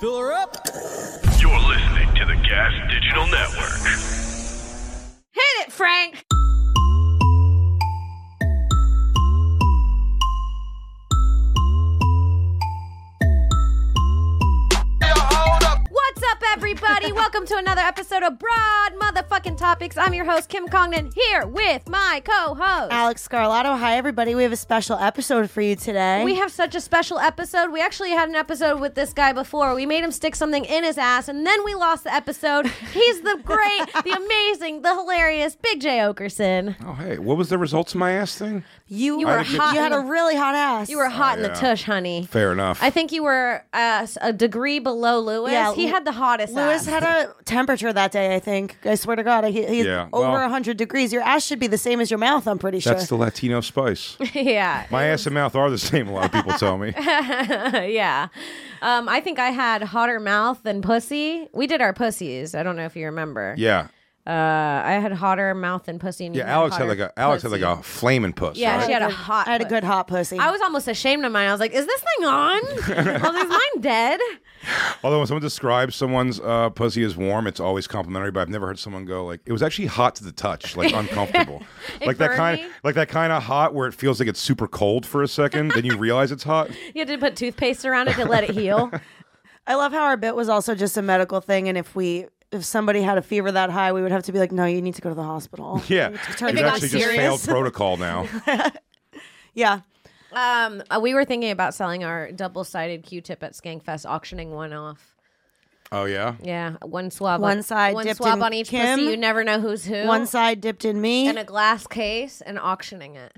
Fill her up. You're listening to the Gas Digital Network. Hit it, Frank! What's up, everybody? Welcome to another episode of Broad Motherfucking Topics. I'm your host, Kim Congdon, here with my co host. Alex Scarlato. Hi, everybody. We have a special episode for you today. We have such a special episode. We actually had an episode with this guy before. We made him stick something in his ass, and then we lost the episode. He's the great, the amazing, the hilarious Big J Okerson. Oh, hey, what was the results of my ass thing? you, you were were hot You had a in the- really hot ass. You were hot in the yeah. tush, honey. Fair enough. I think you were uh, s- a degree below Lewis. Yeah, he Lu- had the hottest. ass. Lewis had a temperature that day. I think. I swear to God, I, he, he's Yeah, over well- hundred degrees. Your ass should be the same as your mouth. I'm pretty sure. That's the Latino spice. yeah, My ass and mouth are the same. A lot of people tell me. yeah. Um, I think I had hotter mouth than pussy. We did our pussies. I don't know if you remember. Yeah, Uh, I had hotter mouth than pussy. And you yeah. Alex had hotter like a Alex had pussy. like a flaming puss. Yeah, right? she had a hot. I had a puss. good hot pussy. I was almost ashamed of mine. I was like, "Is this thing on? I was like, "Is mine dead?" Although when someone describes someone's uh, pussy as warm, it's always complimentary. But I've never heard someone go like, "It was actually hot to the touch, like uncomfortable." like that burned kind, me. like that kind of hot where it feels like it's super cold for a second, then you realize it's hot. You had to put toothpaste around it to let it heal. I love how our bit was also just a medical thing, and if we. If somebody had a fever that high, we would have to be like, "No, you need to go to the hospital." Yeah, It it's turned out actually just failed protocol now. yeah, Um, uh, we were thinking about selling our double-sided Q-tip at Skankfest, auctioning one off. Oh yeah, Yeah, one swab, One on, side one dipped swab in on each Kim, pussy. You never know who's who. one side dipped in me. in a glass case and auctioning it.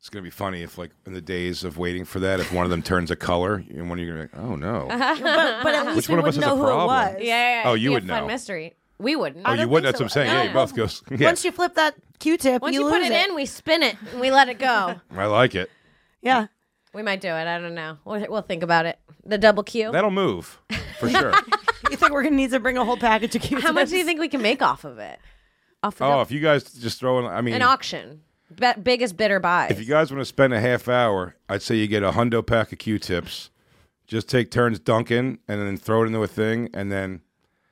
It's gonna be funny if, like, in the days of waiting for that, if one of them turns a color, and one of you're gonna be like, "Oh no!" but, but at least Which we one of us would has know a who it problem? was. Yeah. Oh, you be a would fun know. Mystery. We wouldn't. oh, you wouldn't. That's what I'm saying. Yeah, you both goes. Yeah, Once you flip that Q-tip, Once you, you, lose put it, in, we spin it and we let it go. I like it. Yeah, we might do it. I don't know. We'll, we'll think about it. The double Q. That'll move for sure. you think we're gonna need to bring a whole package of Q-tips? How much do you think we can make off of it? Off the oh, if you guys just throw in, I mean, an auction, Be- biggest bidder buys. if you guys want to spend a half hour, I'd say you get a hundo pack of Q-tips. Just take turns dunking, and then throw it into a thing, and then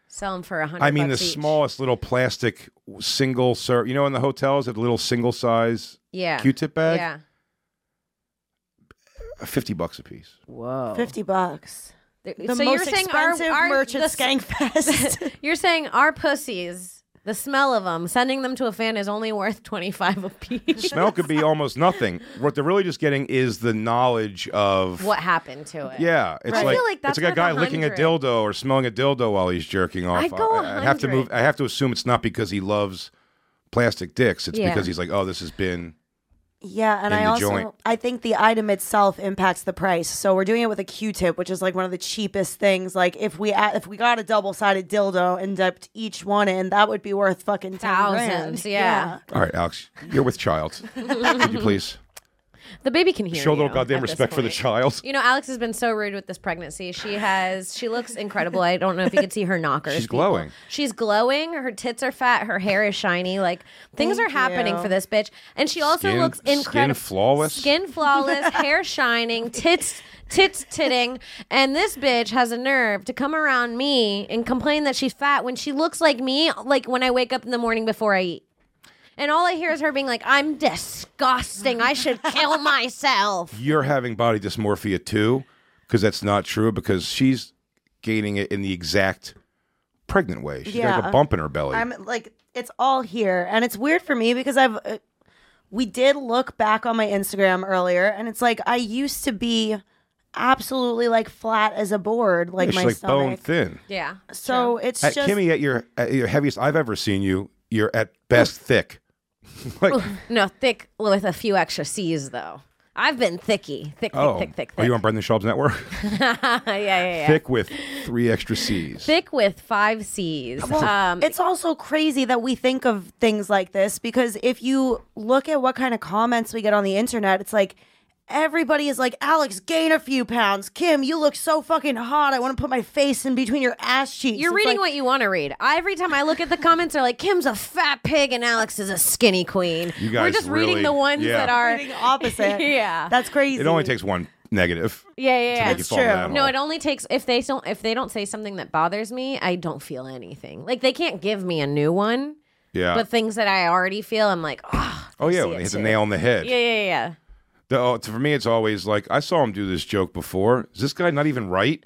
Sell them for a hundred. I mean the bucks each. smallest little plastic single serve. You know, in the hotels, have the little single size yeah Q-tip bag, Yeah. fifty bucks a piece. Whoa. Fifty bucks. The so most you're saying our, expensive our merch the at s- Skankfest. You're saying our pussies, the smell of them, sending them to a fan is only worth 25 a piece. Smell could be almost nothing. What they're really just getting is the knowledge of what happened to it? Yeah, it's I like, feel like that's it's like worth a guy licking a 100. dildo or smelling a dildo while he's jerking off. I'd go I, I have to 100. move. I have to assume it's not because he loves plastic dicks. It's Yeah. because he's like, oh, this has been. Yeah, and in I the also joint. I think the item itself impacts the price. So we're doing it with a Q-tip, which is like one of the cheapest things. Like if we add, if we got a double-sided dildo and dipped each one in, that would be worth fucking 10 grand. Thousands, yeah. All right, Alex, you're with child. Could you please The baby can hear show a little you goddamn at this respect for the point. child? You know, Alex has been so rude with this pregnancy. She has, she looks incredible. I don't know if you can see her knockers. She's people. glowing. She's glowing. Her tits are fat. Her hair is shiny. Like things Thank are happening you. for this bitch. And she also Skin- looks skin incredible. flawless? Skin flawless. hair shining. Tits. Tits titting, and this bitch has a nerve to come around me and complain that she's fat when she looks like me, like when I wake up in the morning before I eat. And all I hear is her being like, I'm disgusting. I should kill myself. You're having body dysmorphia too, because that's not true. Because she's gaining it in the exact pregnant way. She's got like Yeah. a bump in her belly. I'm like it's all here, and it's weird for me because I've uh, we did look back on my Instagram earlier, and it's like I used to be absolutely like flat as a board, like she's my like bone stomach. thin. Yeah. so it's At just Kimmy, at your at your heaviest I've ever seen you, you're at best thick. like No, thick with a few extra C's though. I've been thicky, thick, Oh, thick, thick, thick, are thick. you on Brendan Schaub's network? yeah, yeah, yeah. Thick with three extra C's. Thick with five C's. um, it's also crazy that we think of things like this because if you look at what kind of comments we get on the internet, it's like everybody is like, Alex, gain a few pounds. Kim, you look so fucking hot. I want to put my face in between your ass cheeks. You're It's reading like, what you want to read. Every time I look at the comments, they're like, "Kim's a fat pig and Alex is a skinny queen." You We're guys just really- reading the ones yeah. that are. reading opposite. Yeah. That's crazy. It only takes one negative. Yeah, yeah, To yeah. make you It's fall in true. that No, hole. it only takes if they don't if they don't say something that bothers me, I don't feel anything. Like they can't give me a new one, Yeah. but things that I already feel, I'm like, oh, oh see yeah, when it they hit the too. nail on the head. yeah, yeah, yeah. The- oh, for me, it's always like I saw him do this joke before. Is this guy not even right?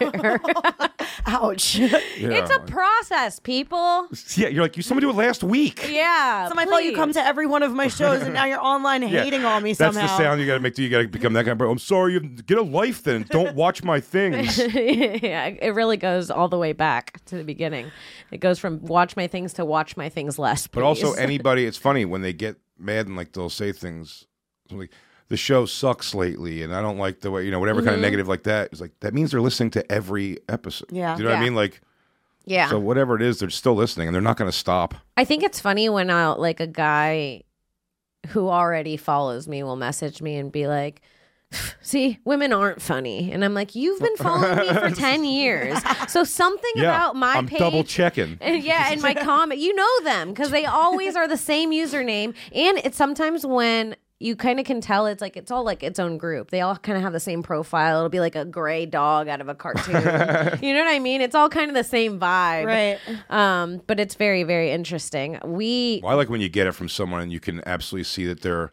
Ouch. Yeah. It's a process, people. yeah, you're like you. Someone do it last week. Yeah, It's my fault you come please. to every one of my shows and now you're online Yeah. hating on me That's somehow. the sound you got to make. Do you got to become that kind of? Bro, I'm sorry. You get a life then. Don't watch my things. yeah, it really goes all the way back to the beginning. It goes from watch my things to watch my things less. But also please. anybody, it's funny when they get mad and like they'll say things something like the show sucks lately, and I don't like the way you know whatever Mm-hmm. kind of negative like that. It's like that means they're listening to every episode. Yeah. do you know what Yeah. I mean? Like yeah. so, whatever it is, they're still listening and they're not going to stop. I think it's funny when I like a guy who already follows me will message me and be like, "See, women aren't funny," and I'm like, "You've been following me for ten years, so something about my I'm page." double checking. and yeah, and my comment, you know them because they always are the same username. And it's sometimes when you kind of can tell it's like it's all like its own group. They all kind of have the same profile. It'll be like a gray dog out of a cartoon. you know what I mean? It's all kind of the same vibe. Right. Um, but it's very, very interesting. We Well, I like when you get it from someone and you can absolutely see that they're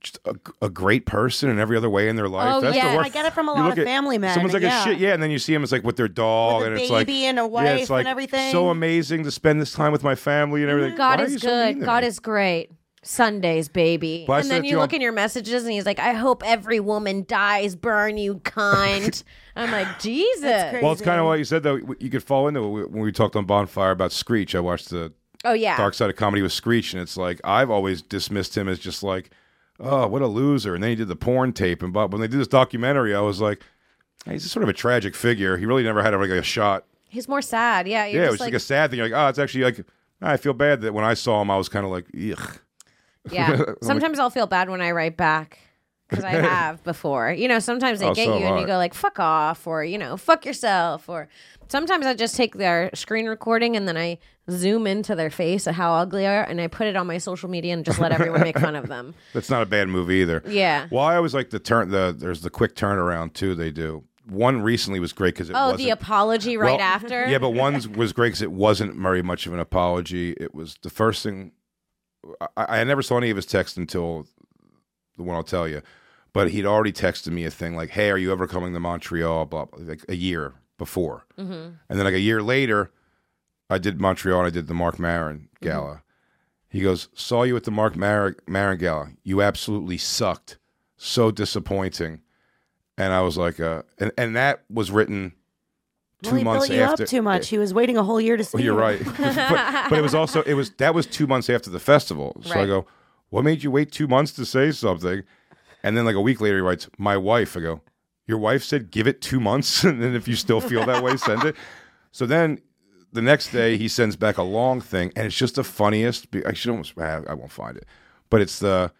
just a, a great person in every other way in their life. Oh, That's yeah. the worst. I get it from a You lot of look at- family men. Someone's like yeah. a shit, yeah, and then you see him. It's like with their dog, With a and it's like baby and a yeah, wife it's like, and everything. Mm-hmm. So amazing to spend this time with my family and everything. God Why are is you so mean good. to God me? is great. Sundays, baby. Well, I and said then to you him- look in your messages and he's like, I hope every woman dies, burn you kind. I'm like, Jesus. Well, it's kind of what you said though. You could fall into it when we talked on Bonfire about Screech. I watched the Oh yeah. Dark Side of Comedy with Screech, and it's like I've always dismissed him as just like, oh, what a loser. And then he did the porn tape, and but when they did this documentary, I was like, hey, he's just sort of a tragic figure. He really never had like a shot. He's more sad. Yeah. You're yeah, it just was like, like, a sad thing. You're like, oh, it's actually like I feel bad that when I saw him, I was kind of like, ugh. yeah. Sometimes I'll feel bad when I write back because I have before. You know, sometimes they Oh, get so you and have you I. go like, "Fuck off," or you know, "Fuck yourself," or sometimes I just take their screen recording and then I zoom into their face at how ugly they are and I put it on my social media and just let everyone make fun of them. That's not a bad movie either. Yeah. Well, I always like the turn. The there's the quick turnaround too. They do one recently was great because it Oh, wasn't. the apology right Well, after. Yeah, but one's was great because it wasn't very much of an apology. It was the first thing. I, I never saw any of his text until the one I'll tell you, but he'd already texted me a thing like, "Hey, are you ever coming to Montreal?" Blah, blah like a year before, Mm-hmm. and then like a year later, I did Montreal and I did the Mark Maron Mm-hmm. Gala. He goes, "Saw you at the Mark Mar- Maron Gala. You absolutely sucked. So disappointing." And I was like, uh, and, and that was written two well, he months built you after. up too much. He was waiting a whole year to see. Well, you're you. right. but, but it was also it was that was two months after the festival. So I Right. go, what made you wait two months to say something? And then like a week later, he writes, my wife. I go, your wife said give it two months, and then if you still feel that way, send it. So then the next day he sends back a long thing, and it's just the funniest. be- I should almost ah, I won't find it, but it's the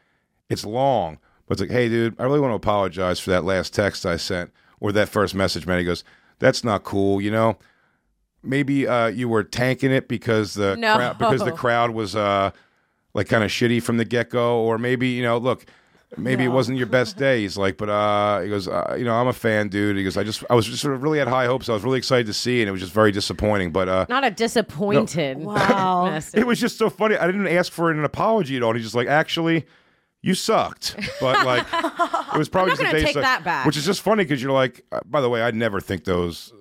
it's long. But it's like, hey, dude, I really want to apologize for that last text I sent or that first message. Man, he goes, that's not cool, you know maybe uh, you were tanking it because the No. crowd because the crowd was uh, like kind of shitty from the get go, or maybe you know, look, maybe it wasn't your best day. He's like, but uh, he goes, uh, you know, I'm a fan, dude. He goes, I just I was just sort of really had high hopes. I was really excited to see, it, and it was just very disappointing. But uh, Not a disappointed. Wow. message. it was just so funny. I didn't ask for an apology at all. And he's just like, actually, you sucked. But like, it was probably I'm not just a gonna day take suck- that back. Which is just funny because you're like, uh, by the way, I never think those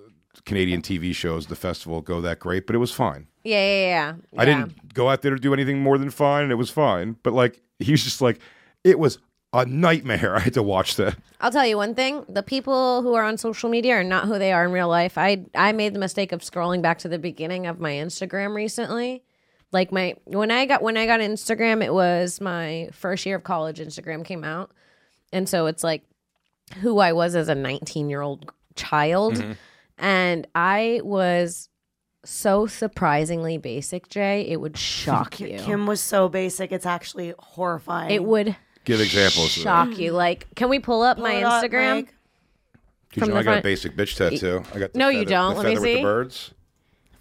Canadian TV shows, the festival, go that great, but it was fine. Yeah, yeah, yeah. yeah. I didn't go out there to do anything more than fine, and it was fine. But like, he was just like, it was a nightmare. I had to watch that. I'll tell you one thing: the people who are on social media are not who they are in real life. I I made the mistake of scrolling back to the beginning of my Instagram recently, Like my when I got when I got Instagram, it was my first year of college. Instagram came out, and so it's like who I was as a 19 year old child, Mm-hmm. and I was so surprisingly basic. Jay, it would shock you. Kim was so basic, it's actually horrifying. it would Give examples. of that. shock you. Like, can we pull up Pull my it up, Instagram? Mike. Did from you the know I got a front. basic bitch tattoo? I got the No, you feather- don't. The Let me feather with see. the birds.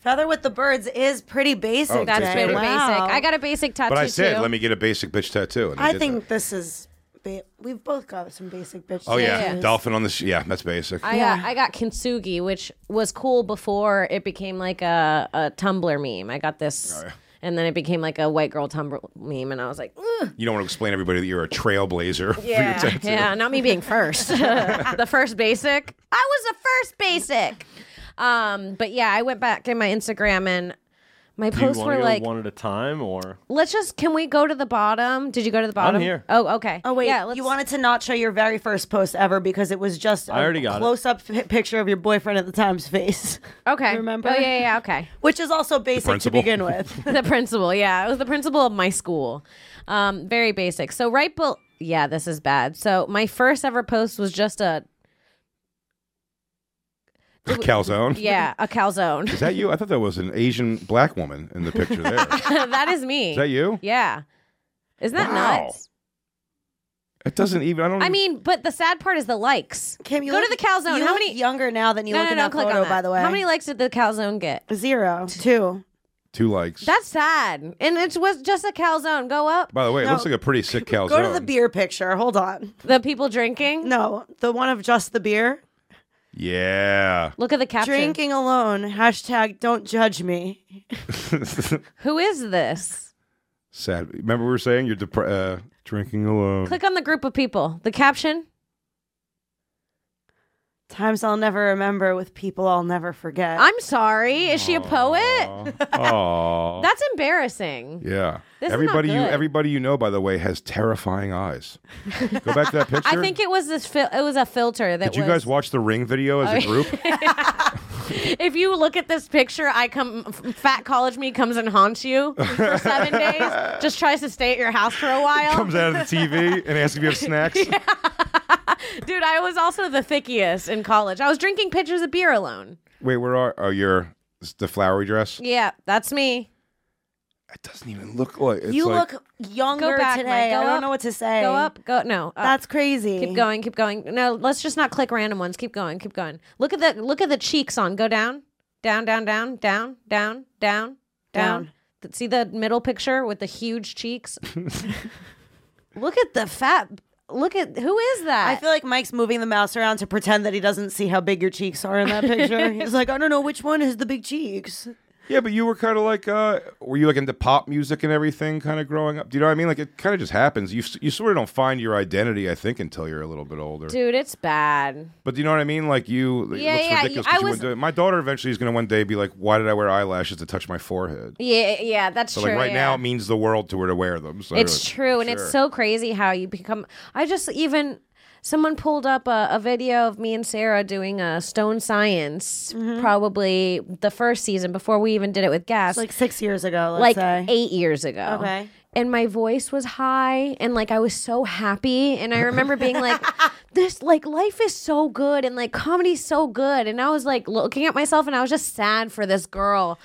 Feather with the birds is pretty basic. Oh, That's Yeah. pretty Wow. basic. I got a basic tattoo But I said, too. let me get a basic bitch tattoo. And I, I did think that. this is. Ba- we've both got some basic bitch. Oh yeah. tattoos. dolphin on the sh- yeah, that's basic. I got I got kintsugi, which was cool before it became like a, a Tumblr meme. I got this, Oh, and then it became like a white girl Tumblr meme, and I was like, "Ugh." you don't want to explain to everybody that you're a trailblazer. yeah, for your tattoo. yeah, not me being first, the first basic. I was the first basic. Um, but yeah, I went back in my Instagram and my Do you posts want to were go like, one at a time or? let's just can we go to the bottom? Did you go to the bottom? here. Oh, okay. Oh wait, yeah, let's- you wanted to not show your very first post ever because it was just I already got it. close-up fi- picture of your boyfriend at the time's face. okay. Remember? Oh yeah, yeah, yeah, okay. Which is also basic to principal. begin with. the principal. Yeah, it was the principal of my school. Um, very basic. So right, but yeah, this is bad. So my first ever post was just a Calzone. yeah a calzone. Is that you? I thought that was an Asian black woman in the picture there. Is that is me. that you? Yeah. Isn't that Wow. nuts? It doesn't even. I don't. I mean, but the sad part is the likes. Kim, you go look, to the calzone. You How look many? younger now than you no, look no, in no. that click photo, on that. by the way. How many likes did the calzone get? Zero, two. two likes. That's sad. And it was just a calzone. Go up. By the way, it No. looks like a pretty sick calzone. Go to the beer picture. Hold on. The people drinking. No, the one of just the beer. Yeah. Look at the caption. Drinking alone. Hashtag don't judge me. Who is this? Sad. Remember we were saying you're depre- uh, drinking alone. Click on the group of people. The caption. Times I'll never remember with people I'll never forget. I'm sorry. Is she a poet? Aw. That's embarrassing. Oh. yeah. This is not everybody you good. everybody you know by the way has terrifying eyes. Go back to that picture. I think it was this. Fil- it was a filter that. Did you was- Oh, guys watch the Ring video as a group? If you look at this picture, I come. f- Fat college me comes and haunts you for seven days. Just tries to stay at your house for a while. Comes out of the TV and asks if you have snacks. Dude, I was also the thickiest in college. I was drinking pitchers of beer alone. Wait, where are? Oh, you're it's the flowery dress. Yeah, that's me. It doesn't even look like. It's you like, look younger Go back, Mike. today. Go I don't up. know what to say. Go up. Go no. up. That's crazy. Keep going. Keep going. No, let's just not click random ones. Keep going. Keep going. Look at the look at the cheeks on. Go down, down, down, down, down, down, down, down. Down. Th- See the middle picture with the huge cheeks. look at the fat. Look at who is that? I feel like Mike's moving the mouse around to pretend that he doesn't see how big your cheeks are in that picture. He's like, I don't know which one has the big cheeks. Yeah, but you were kind of like, uh, were you like into pop music and everything, kind of growing up? Do you know what I mean? Like it kind of just happens. You s- you sort of don't find your identity, I think, until you're a little bit older. dude, it's bad. But do you know what I mean? Like you, it Yeah, looks yeah, ridiculous. I 'cause you was- wouldn't do it. My daughter eventually is going to one day be like, why did I wear eyelashes to touch my forehead? Yeah, yeah, that's So true. like right yeah. now, it means the world to her to wear them. So It's like, true, and it's sure. so crazy how you become. I just even someone pulled up a, a video of me and Sarah doing a Stone Science, probably the first season before we even did it with Gas, Mm-hmm. It's like six years ago, like let's say. eight years ago. Okay. And my voice was high, and like I was so happy, and I remember being like, "This like life is so good, and like comedy's so good," and I was like looking at myself, and I was just sad for this girl,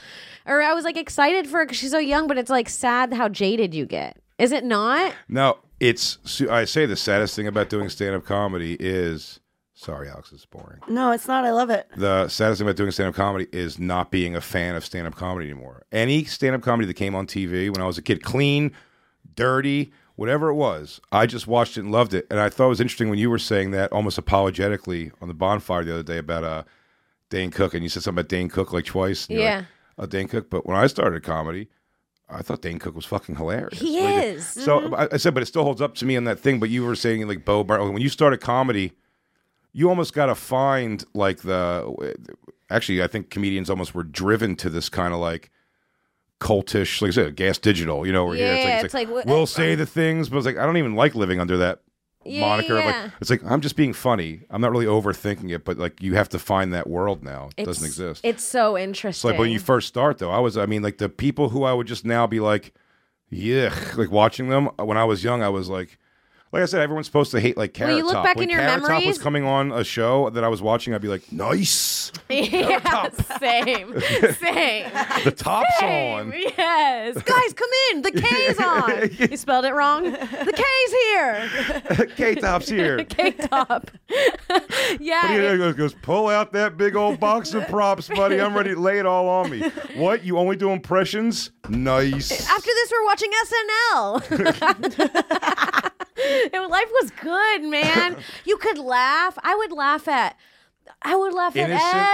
or I was like excited for her because she's so young, but it's like sad how jaded you get. Is it not? No, it's. so I say the saddest thing about doing stand up comedy is. Sorry, Alex, it's boring. No, it's not. I love it. The saddest thing about doing stand up comedy is not being a fan of stand up comedy anymore. Any stand up comedy that came on TV when I was a kid, clean, dirty, whatever it was, I just watched it and loved it. And I thought it was interesting when you were saying that almost apologetically on the bonfire the other day about uh, Dane Cook, and you said something about Dane Cook like twice. and you were Yeah. like, oh, Dane Cook. But when I started comedy, I thought Dane Cook was fucking hilarious. He Like, is. Mm-hmm. so I, I said, but it still holds up to me on that thing. But you were saying like Bo Burnham, when you started comedy, you almost got to find like the. Actually, I think comedians almost were driven to this kind of like cultish, like I said, gas digital. You know, where here Yeah, it's like, it's like, what- uh, we'll say the things, but it's like I don't even like living under that Yeah, moniker. of, yeah. like, it's like I'm just being funny. I'm not really overthinking it, but like you have to find that world now. It doesn't It's- exist. It's so interesting. It's like when you first start, though, I was, I mean, like the people who I would just now be like, yeah, like watching them uh, when I was young, I was like, like I said, everyone's supposed to hate like Carrot Well, you look Top. back when in your Carrot Top was memories- coming on a show that I was watching, I'd be like, nice, yeah, same, same. the top's Same. on. Yes, guys, come in. The K's on. You spelled it wrong. The K's here. K Top's here. K top. yeah. He it- goes, goes, pull out that big old box of props, buddy. I'm ready to lay it all on me. What? You only do impressions? Nice. After this, we're watching SNL. and life was good, man. You could laugh. I would laugh at. I would laugh at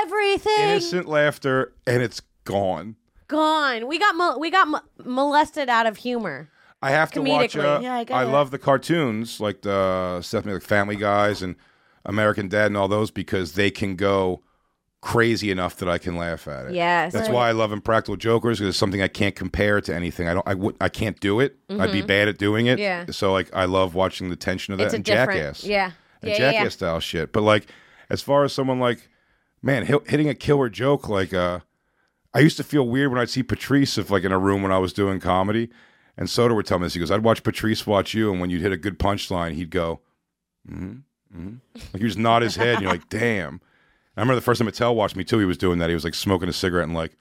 everything. Innocent laughter, and it's gone. Gone. We got mol- we got mo- molested out of humor. I have to watch. Comedically. Uh, Yeah, I I, get it. love the cartoons like the stuff like Family Guys and American Dad and all those because they can go crazy enough that I can laugh at it. Yes. that's Right. why I love Impractical Jokers because it's something I can't compare to anything. I don't. I would. I can't do it. I'd be bad at doing it. Mm-hmm. Yeah. So like, I love watching the tension of that It's a and different. Jackass. Yeah. yeah, And yeah, Jackass yeah. style shit. But like, as far as someone like, man, hi- hitting a killer joke like uh. I used to feel weird when I'd see Patrice if like in a room when I was doing comedy, and Soda would tell me this. He goes, "I'd watch Patrice watch you, and when you'd hit a good punchline, he'd go, mm-hmm, mm-hmm. like he just nod his head, and you're like, damn." And I remember the first time Mattel watched me too. He was doing that. He was like smoking a cigarette and like.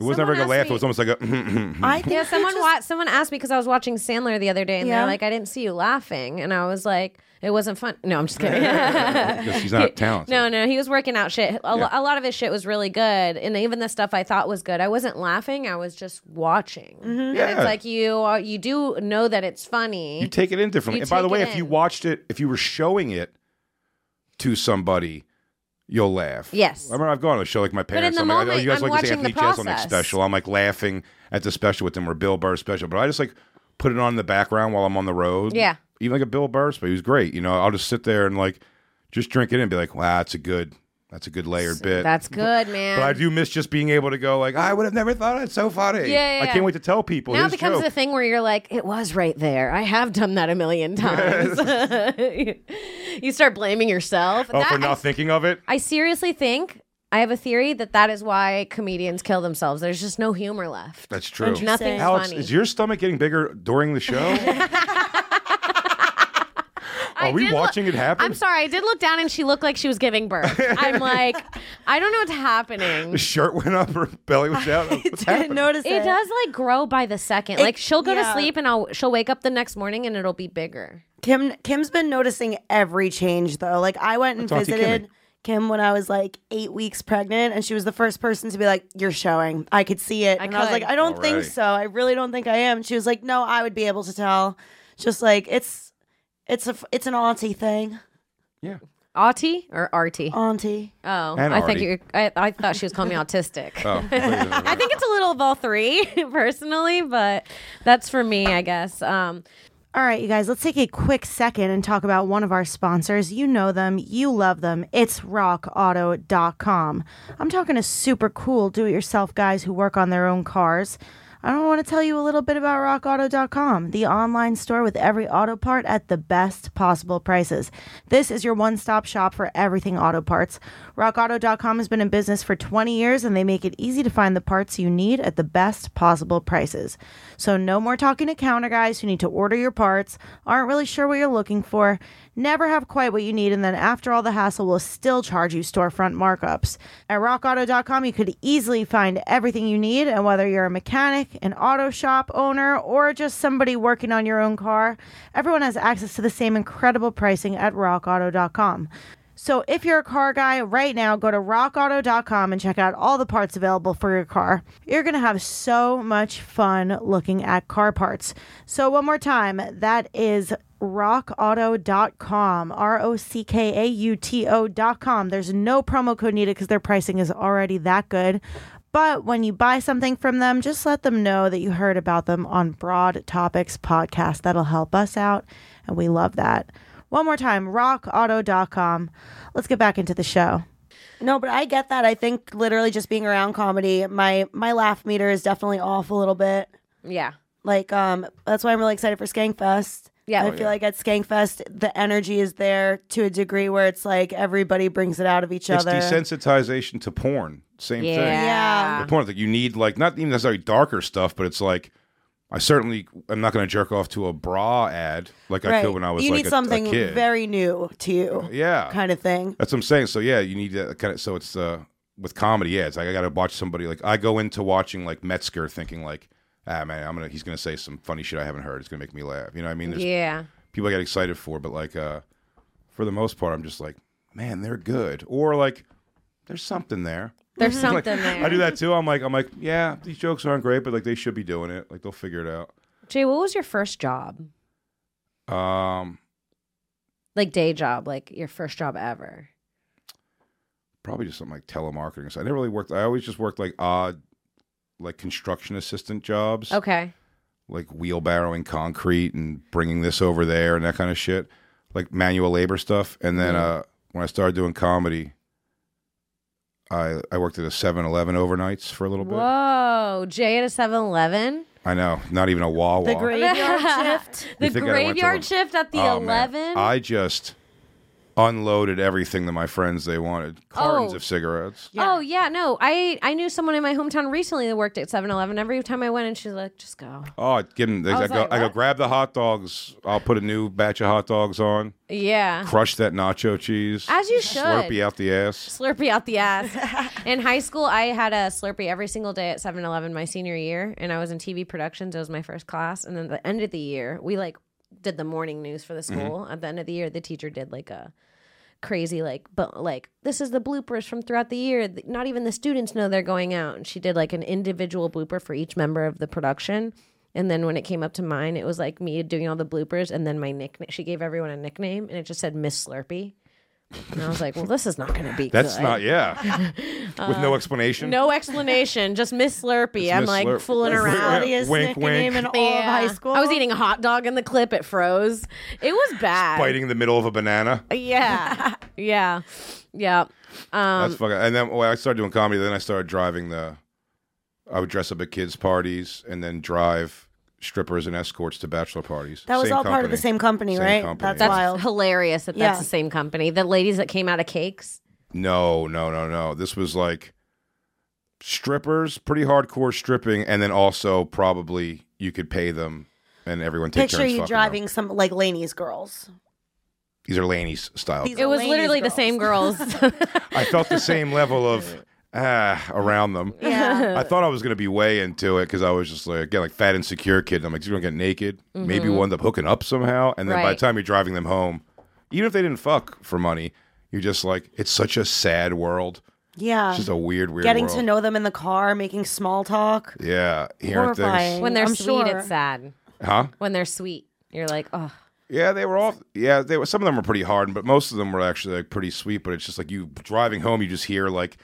It was never Someone like a asked me- laugh. It was almost like a. I think Yeah, you someone just- wa- someone asked me because I was watching Sandler the other day, and Yeah. they're like, "I didn't see you laughing," and I was like, "It wasn't fun." No, I'm just kidding. Because he's not talented. No, no, he was working out shit. A, lo- Yeah. a lot of his shit was really good, and even the stuff I thought was good, I wasn't laughing. I was just watching. And Yeah. it's like you are, you do know that it's funny. You take it in differently. You and by the take way, it if you in. watched it, if you were showing it to somebody, you'll laugh. Yes. I remember I've gone on a show like my parents. in the I'm like, I know moment, you guys I'm like this watching the Anthony Jeselnik process. special. I'm like laughing at the special with them or Bill Burr special, but I just like put it on in the background while I'm on the road. Yeah. Even like a Bill Burr special, he was great. You know, I'll just sit there and like just drink it in and be like, wow, that's a good, that's a good layered bit. That's good, man. But I do miss just being able to go like, I would have never thought it's so funny. Yeah, yeah, I yeah. can't wait to tell people. now his it becomes joke. the thing where you're like, it was right there. I have done that a million times. you start blaming yourself. Oh, That- for not I- thinking of it. I seriously think I have a theory that that is why comedians kill themselves. There's just no humor left. That's true. Nothing's Alex, funny. is your stomach getting bigger during the show? I Are we did look- watching it happen? I'm sorry. I did look down and she looked like she was giving birth. I'm like, I don't know what's happening. The shirt went up, her belly was out. What's happening? didn't notice It does like grow by the second. like she'll go to yeah. sleep and I'll she'll wake up the next morning and it'll be bigger. Kim Kim's been noticing every change though. Like I went and That's Auntie Kimmy. visited Kim when I was like eight weeks pregnant, and she was the first person to be like, "You're showing." I could see it, and I was could. like, "I don't think Alrighty. so. I really don't think I am." She was like, "No, I would be able to tell." Just like it's, it's a, f- it's an auntie thing, Yeah. Autie or Artie? Oh, auntie. And I think Artie. you. I, I thought she was calling me autistic. Oh, wait a minute. I think it's a little of all three personally, but that's for me, I guess. Um, All right, you guys, let's take a quick second and talk about one of our sponsors. You know them, you love them. It's rockauto.com. I'm talking to super cool do it yourself guys who work on their own cars. I don't want to tell you a little bit about rockauto.com, the online store with every auto part at the best possible prices. This is your one stop shop for everything auto parts. Rockauto.com has been in business for 20 years and they make it easy to find the parts you need at the best possible prices. So, no more talking to counter guys who need to order your parts, aren't really sure what you're looking for, never have quite what you need, and then after all the hassle will still charge you storefront markups. At rockauto.com, you could easily find everything you need, and whether you're a mechanic, an auto shop owner, or just somebody working on your own car, everyone has access to the same incredible pricing at rockauto.com. So if you're a car guy right now, go to rockauto.com and check out all the parts available for your car. You're going to have so much fun looking at car parts. So one more time, that is rockauto.com, R O C K A U T O.com. There's no promo code needed cuz their pricing is already that good. But when you buy something from them, just let them know that you heard about them on Broad Topics podcast. That'll help us out and we love that. One more time, rockauto.com. Let's get back into the show. No, but I get that. I think literally just being around comedy, my my laugh meter is definitely off a little bit. yeah. Like um that's why I'm really excited for Skankfest. Yeah. Oh, I feel like at Skankfest, the energy is there to a degree where it's like everybody brings it out of each It's other. desensitization to porn. Same thing. Yeah. The point that you need like not even necessarily darker stuff, but it's like I certainly am not going to jerk off to a bra ad like I could when I was you like need a, something a kid. very new to you, yeah, kind of thing. that's what I'm saying. So yeah, you need that kind of. So it's uh with comedy, yeah, it's like I got to watch somebody like I go into watching like Metzger thinking like ah man, I'm gonna he's gonna say some funny shit I haven't heard. It's gonna make me laugh. You know what I mean? There's Yeah. people I get excited for, but like uh for the most part, I'm just like man, they're good or like there's something there. There's Like, something there. I do that too. I'm like, I'm like, yeah, these jokes aren't great, but like they should be doing it. Like they'll figure it Jay, what was your first job? out. Um, Like day job, like your first job ever. probably just something like telemarketing. So I never really worked. I always just worked like odd, like construction assistant jobs, Okay. like wheelbarrowing concrete and bringing this over there and that kind of shit, like manual labor stuff. And then uh, when I started doing comedy, I I worked at a 7-Eleven overnights for a little bit. Whoa, Jay at a 7 Eleven? I know, not even a Wawa. The graveyard shift. The You think I went to graveyard a- shift at the Oh, man. 11? I just unloaded everything to my friends they wanted. Cartons Oh. of cigarettes. Oh yeah, no. I I knew someone in my hometown recently that worked at 7-Eleven. Every time I went in, she's like, "Just go." Oh, I give them. I, was go, like, I go what? grab the hot dogs. I'll put a new batch of hot dogs on. Yeah. Crush that nacho cheese. As you should. Slurpee out the ass. Slurpee out the ass. in high school, I had a Slurpee every single day at 7-Eleven my senior year, and I was in TV productions. It was my first class, and then at the end of the year, we like did the morning news for the Mm-hmm. school. At the end of the year, the teacher did like a crazy like but like this is the bloopers from throughout the year Th- not even the students know they're going out and she did like an individual blooper for each member of the production and then when it came up to mine it was like me doing all the bloopers and then my nickname she gave everyone a nickname and it just said miss slurpee and i was like well this is not gonna be That's good. not. Yeah. With no Uh, explanation. no explanation just miss slurpee It's i'm Miss like Slurp- fooling That's around Yeah, Sluttiest wink, nickname wink. in all of high Yeah. school. i was eating a hot dog in the clip it froze it was bad Biting the middle of a banana. yeah yeah yeah Um, That's fucking. And then well, I started doing comedy. Then I started driving the. I would dress up at kids' parties and then drive strippers and escorts to bachelor parties. That was Same all part of the same company, Same right? company, That's yeah. That's wild. hilarious that Yeah. that's the same company. The ladies that came out of cakes. No, no, no, no. This was like strippers, pretty hardcore stripping, and then also probably you could pay them and everyone take Picture turns you fucking driving them. some like Laney's girls. These are Laney's style. These- It was Ladies' literally the girls. same girls. I felt the same level of ah around them. Yeah. I thought I was gonna be way into it because I was just like again like fat insecure kid. And I'm like, you're gonna get naked. Mm-hmm. Maybe we'll end up hooking up somehow. And then by Right. the time you're driving them home, even if they didn't fuck for money, you're just like, it's such a sad world. yeah. It's just a weird, weird Uh, Getting world. to know them in the car, making small talk. Yeah, hearing Horrifying. things. when they're I'm sweet, sure. it's sad. Huh? When they're sweet, you're like, oh, Yeah, they were all. Yeah, they were. Some of them were pretty hard, but most of them were actually like pretty sweet. But it's just like you driving home, you just hear like,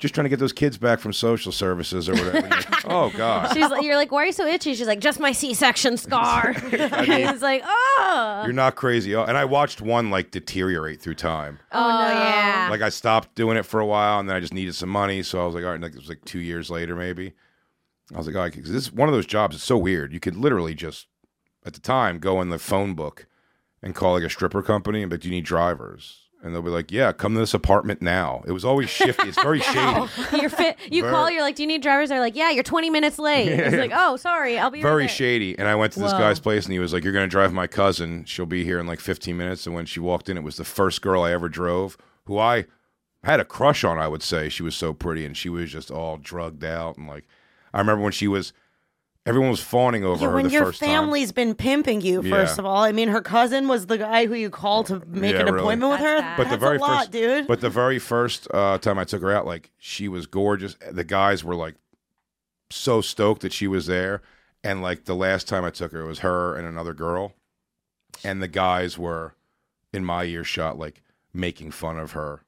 just trying to get those kids back from social services or whatever. And you're like, oh God, she's. Like, you're like, why are you so itchy? She's like, just my C-section scar. and it's like, oh, you're not crazy. Oh, And I watched one like deteriorate through time. oh yeah, Like I stopped doing it for a while, and then I just needed some money, so I was like, all right. And like, it was like two years later, maybe. I was like, all right, 'cause this is one of those jobs. It's so weird. You could literally just, at the time, go in the phone book and call like a stripper company and be like, do you need drivers? And they'll be like, yeah, come to this apartment now. It was always shifty. It's very shady. you're fit. You Very- call. You're like, do you need drivers? They're like, yeah, you're 20 minutes late. It's like, oh, sorry, I'll be right Very back." shady. And I went to this Whoa. guy's place and he was like, You're going to drive my cousin. She'll be here in like 15 minutes. And when she walked in, it was the first girl I ever drove who I had a crush on, I would say. She was so pretty and she was just all drugged out. And like, I remember when she was, everyone was fawning over Yeah, her when the your first time. family's been pimping you, first Yeah. of all, I mean, her cousin was the guy who you called to make Yeah, an really. appointment with her. bad. But That's the very a lot, first, dude. But the very first uh, time I took her out, like she was gorgeous. The guys were like so stoked that she was there, and like the last time I took her, it was her and another girl, and the guys were in my earshot, like making fun of her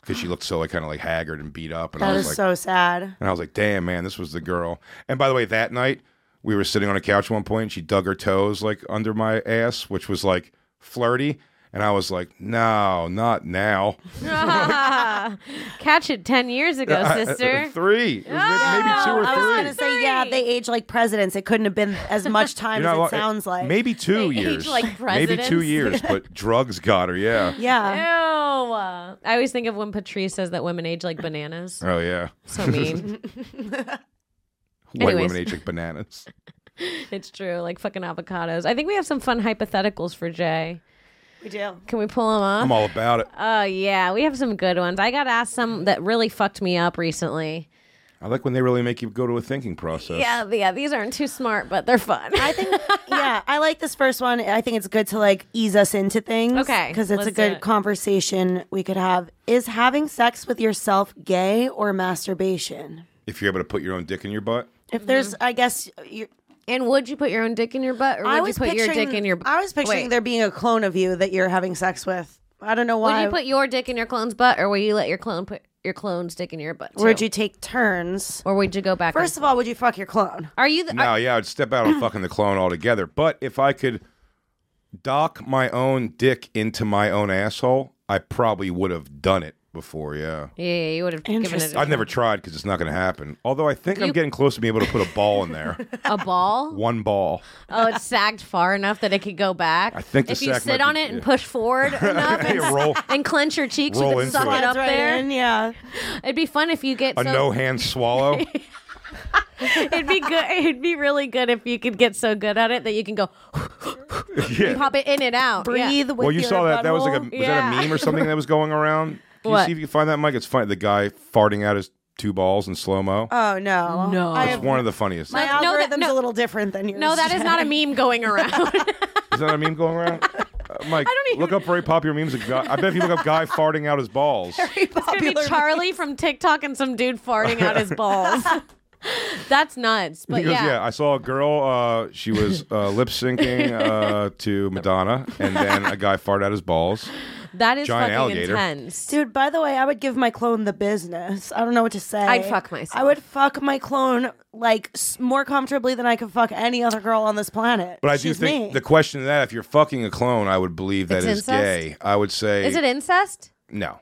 because she looked so like kind of like haggard and beat up, and I that was is like, so sad. and I was like, damn, man, this was the girl. And by the way, that night, we were sitting on a couch at one point and she dug her toes like under my ass, which was like flirty. And I was like, no, not now. Catch it 10 years ago, Oh, sister. three. It was maybe two or I was three. gonna say, yeah, they age like presidents. It couldn't have been as much time You know, as it sounds like. Maybe two They age years. like maybe two presidents. years, but drugs got her, yeah. Ew. Yeah. I always think of when Patrice says that women age like bananas. Oh, yeah. So mean. White Anyways. women age like bananas. it's true. Like fucking avocados. I think we have some fun hypotheticals for Jay. We do. Can we pull them I'm up? all about it. Oh, yeah. We have some good ones. I got asked some that really fucked me up recently. I like when they really make you go to a thinking process. Yeah, yeah. These aren't too smart, but they're fun. I think yeah, I like this first one. I think it's good to like ease us into things. Okay, Because it's a let's do good it. conversation we could have. Is having sex with yourself gay or masturbation? If you're able to put your own dick in your butt. If Mm-hmm. there's, I guess, you and would you put your own dick in your butt, or would I you was put your picturing, dick in your? I was picturing Wait. there being a clone of you that you're having sex with. I don't know Would why. you put your dick in your clone's butt, or will you let your clone put your clone's dick in your butt? Too? Would you take turns? Or would you go back? First of all, would you fuck your clone? all, are you? The, No, yeah, I'd step out of fucking the clone altogether. But if I could dock my own dick into my own asshole, I probably would have done it before, yeah. yeah, yeah, you would have given it Interesting. a, I've never tried because it's not going to happen. Although I think I'm You- getting close to being able to put a ball in there. a ball. One ball. Oh, it sagged far enough that it could go back. I think the if you sack sit might on be- it and yeah. push forward enough and, Hey, roll. and clench your cheeks, you Roll can into suck it. it up That's right there. in, yeah. It'd be fun if you get A so, no hand swallow. It'd be good. It'd be really good if you could get so good at it that you can go yeah. pop it in and out. Yeah. Breathe with Well, you your saw that. That was like a butthole. was Yeah. that a meme or something that was going around? Can What? you see if you can find that, Mike? It's funny. The guy farting out his two balls in slow mo. Oh no. No. I it's have, one of the funniest. my No, that- algorithm's no. a little different than yours. No, that is not a meme going around. Is that a meme going around? Uh, Mike, even- look up very popular memes. Of guy, I bet if you look up guy farting out his balls, It's gonna be Charlie from TikTok and some dude farting out his balls. That's nuts. But he goes, yeah. "Yeah, I saw a girl. Uh, she was uh, lip syncing uh, to Madonna, and then a guy farted out his balls." that is giant fucking alligator. intense. Dude, by the way, I would give my clone the business. I don't know what to say. I'd fuck myself. I would fuck my clone like s- more comfortably than I could fuck any other girl on this planet. But I She's do think me. the question of that, if you're fucking a clone, I would believe that It's is incest? gay. I would say Is it incest? no.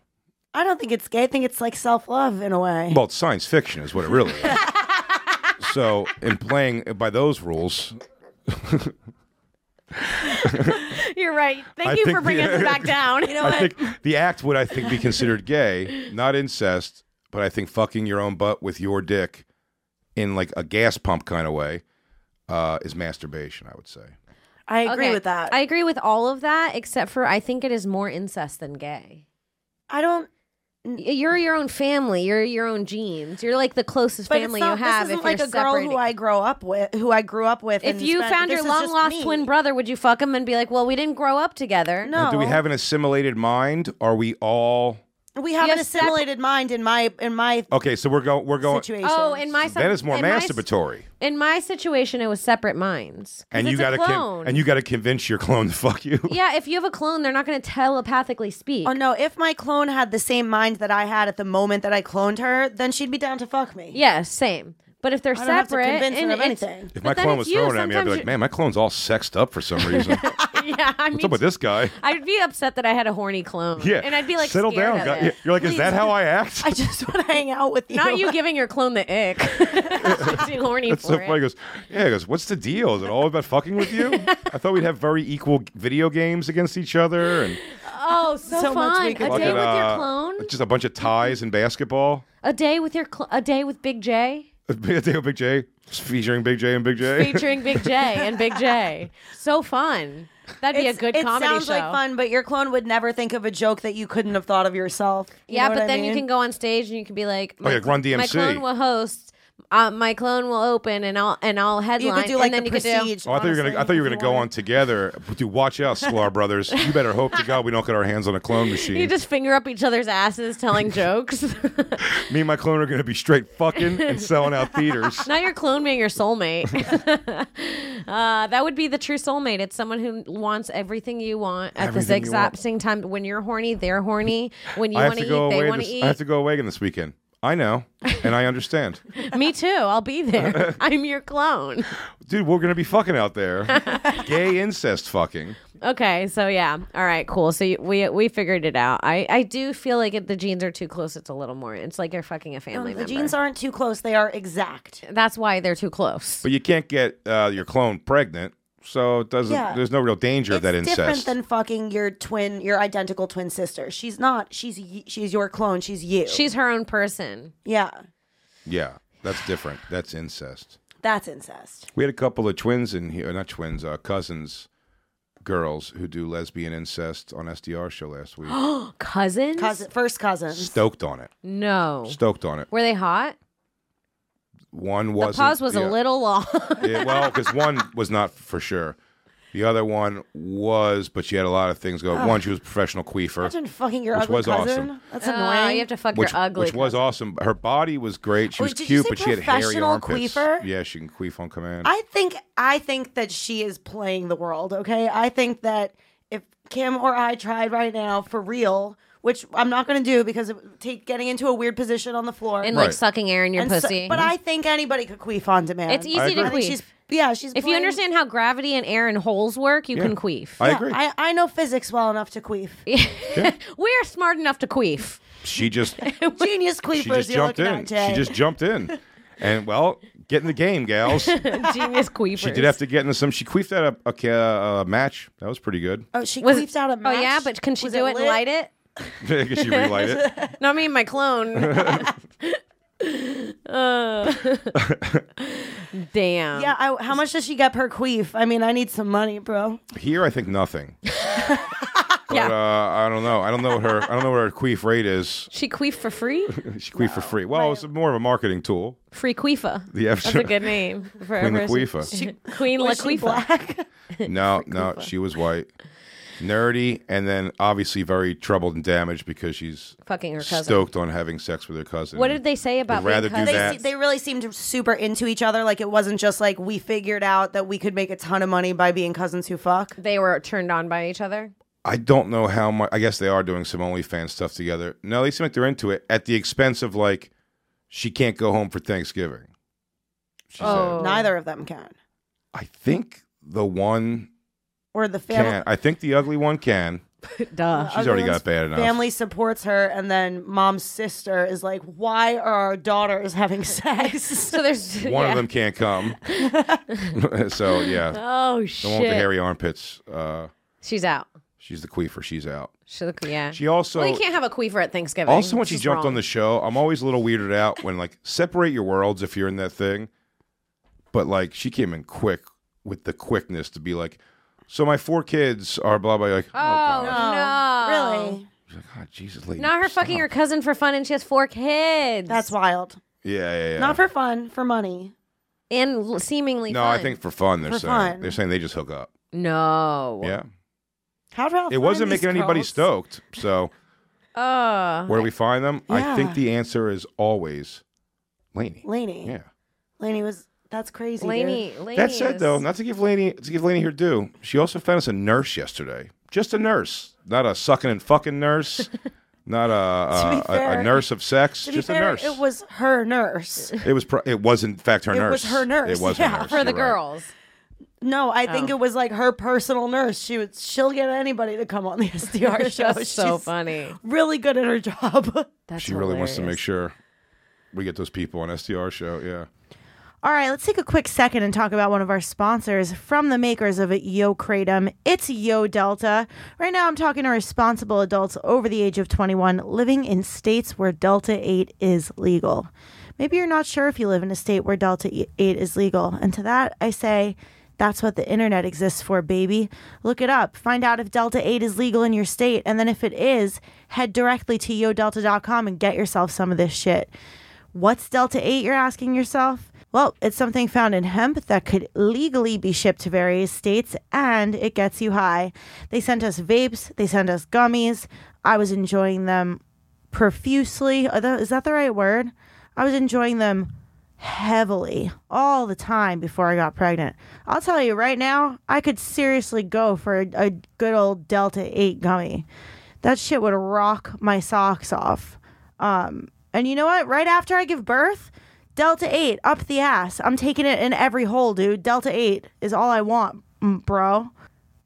I don't think it's gay. I think it's like self love in a way. Well, it's science fiction is what it really is. so, in playing by those rules, You're right. Thank I you think for bringing the- us back down. You know I what? think the act would I think be considered gay, not incest, but I think fucking your own butt with your dick in like a gas pump kind of way uh, is masturbation. I would say. I agree Okay. with that. I agree with all of that except for I think it is more incest than gay. I don't. Y- You're your own family. You're your own genes. You're like the closest But family it's not, you have. this isn't if like you're a girl who separating. I grow up with, who I grew up with. if and you spent- found your this is just long lost me. twin brother, would you fuck him and be like, "Well, we didn't grow up together"? no, Do we have an assimilated mind? Are we all we have You an have sep- assimilated mind in my in my okay? So we're going. We're going. situation. Oh, in my Then it's more in my- masturbatory. In my situation, it was separate minds. 'Cause and it's you a gotta con- clone. and you gotta convince your clone to fuck you. yeah, if you have a clone, they're not going to telepathically speak. Oh no, if my clone had the same mind that I had at the moment that I cloned her, then she'd be down to fuck me. Yeah, same. But if they're I don't have to separate, convince her and of it's- anything. If but my then clone it's was you, thrown at me, I'd be sometimes like, man, my clone's all sexed up for some reason. What's you- yeah, I mean, up with this guy? I'd be upset that I had a horny clone. Yeah, and I'd be like, settle scared down. of guy." it. You're like, is that how I act? I just want to hang out with you. Not you giving your clone the ick. Too horny That's for so it. funny. He goes, yeah. He goes, what's the deal? Is it all about fucking with you? I thought we'd have very equal g- video games against each other and Oh, so, So much fun! we A day could with do. fucking, your uh, clone. just a bunch of ties in basketball. A day with your cl- a day with Big J. Big J featuring Big J and Big J. featuring Big J and Big J. So fun. That'd be It's- a good it comedy sounds show. like fun, but your clone would never think of a joke that you couldn't have thought of yourself. You yeah, know but what I then you mean? can go on stage and you can be like, Oh, yeah, Run My DMC. clone will host. Uh, my clone will open and I'll and I'll You headline. could do like and then the you could do- prestige. Oh, I thought you were gonna. I honestly, thought you were if gonna go on wanted. together. Dude, watch out, Sklar brothers. You better hope to God we don't get our hands on a clone machine. You just finger up each other's asses, telling jokes. Me and my clone are gonna be straight fucking and selling out theaters. Not your clone being your soulmate. uh, that would be the true soulmate. It's someone who wants everything you want at Everything the you exact want. same time. When you're horny, they're horny. When you I have want to to eat, go they away. want to This, eat. I have to go away again this weekend. I know, and I understand, Me too. I'll be there. I'm your clone. dude. We're gonna be fucking out there, gay incest fucking. Okay, so yeah, all right, cool. So you, we we figured it out. I I do feel like if the jeans are too close, it's a little more. It's like you're fucking a family Um, The member. jeans aren't too close; they are exact. That's why they're too close. But you can't get uh, your clone pregnant, so it doesn't. Yeah. There's no real danger of that it's incest. different than fucking your twin, your identical twin sister. She's not. She's y- she's your clone. She's you. She's her own person. yeah. yeah, that's different. That's incest. That's incest. We had a couple of twins in here, not twins, uh, cousins, girls who do lesbian incest on SDR show last week. Cousins? Cousin, first cousins. Stoked on it. No. Stoked on it. Were they hot? One The was pause was a little long. Yeah, well, because one was not for sure. The other one was, but she had a lot of things going. One, she was a professional queefer, Imagine fucking your Which ugly was awesome. cousin. That's Oh, annoying. you have to fuck which, your ugly. which was awesome. Her body was great. Oh, She was did you cute, say but she had hairy professional armpits. queefer? Yeah, she can queef on command. I think I think that she is playing the world. Okay, I think that if Kim or I tried right now for real, which I'm not going to do because it would take getting into a weird position on the floor. and like Right. sucking air in your And so- pussy. Mm-hmm. but I think anybody could queef on demand. it's I easy to agree. I think queef. she's yeah, she's. if you playing- understand how gravity and air and holes work, you Yeah. can queef. I Yeah, agree. I, I know physics well enough to queef. We're smart enough to queef. she just Genius she queefers just you're jumped looking in. at today. She just jumped in, and well, get in the game, gals. Genius queefers. She did have to get into some. She queefed at a, a, a, match. That was pretty good. oh, she Was it- queefed out a Oh match. yeah, but can she Was do it, and lit? light it? I guess she relight it. No, I mean my clone. Uh, damn. Yeah, I, how much does she get per queef? I mean, I need some money, bro. Here, I think nothing. but uh, I don't know. I don't know what her. I don't know what her queef rate is. She queef for free? She queef for free. Well, it's more of a marketing tool. Free queefa. The That's a good name for Queen a La person. Queefa. Queen La Was she Queefa. black? No, no, she was white, nerdy, and then obviously very troubled and damaged because she's Fucking her cousin. stoked on having sex with her cousin. What did they say about Would rather being do cousins? that. they, se- they really seemed super into each other. Like it wasn't just like we figured out that we could make a ton of money by being cousins who fuck. They were turned on by each other. I don't know how much. I guess they are doing some OnlyFans stuff together. No, they seem like they're into it at the expense of like she can't go home for Thanksgiving. She Oh. Neither of them can, said. I think the one or the family. can. I think the ugly one can. Duh. She's already got bad enough. Family supports her, and then mom's sister is like, "Why are our daughters having sex?" So there's One yeah. of them can't come. so yeah, Oh the one with the shit. hairy armpits. Uh, She's out. she's the queefer. She's out. She look yeah. She also well, you can't have a queefer at Thanksgiving. also when This she is jumped wrong. on the show. I'm always a little weirded out when like separate your worlds if you're in that thing. But like she came in quick with the quickness to be like, so my four kids are blah blah. Like oh, Oh god, no! really, She's like, God, Jesus, lady, Not her stop. fucking her cousin for fun, and she has four kids. that's wild. Yeah, yeah, yeah. Not for fun, for money. and l- seemingly. no, I fun. think for fun. They're For saying fun. they're saying they just hook up. no. Yeah, How do I it find wasn't these making anybody girls? stoked. So. Uh, Where do we find them? I Yeah. think the answer is always Laney. Laney. Yeah. Laney was. That's crazy. dude. Lainey, Lainey That said, is- though, not to give Laney to give Laney her due, she also found us a nurse yesterday. Just a nurse, not a sucking and fucking nurse, not To a be a, a, a fair- nurse of sex. To be just fair, a nurse. it was her nurse. It was. Pro- it was in fact her It nurse. was her nurse, It was yeah. her nurse. for the you're right. girls. No, I think Oh. it was like her personal nurse. She would she'll get anybody to come on the SDR show. That's so She's funny. Really good at her job. That's She really wants to hilarious. make sure we get those people on STR show. Yeah. All right, let's take a quick second and talk about one of our sponsors from the makers of Yo Kratom. It's Yo Delta. Right now, I'm talking to responsible adults over the age of 21 living in states where Delta 8 is legal. Maybe you're not sure if you live in a state where Delta E- 8 is legal. And to that, I say, that's what the internet exists for, baby. Look it up. Find out if Delta 8 is legal in your state. And then if it is, head directly to yodelta.com and get yourself some of this shit. What's Delta 8, you're asking yourself? Well, it's something found in hemp that could legally be shipped to various states and it gets you high. They sent us vapes, they sent us gummies. I was enjoying them profusely. Are tho- Is that the right word? I was enjoying them heavily all the time before I got pregnant. I'll tell you right now, I could seriously go for a, a good old Delta 8 gummy. That shit would rock my socks off. Um, and you know what? Right after I give birth, Delta 8 up the ass. I'm taking it in every hole, dude. Delta 8 is all I want, mm, bro.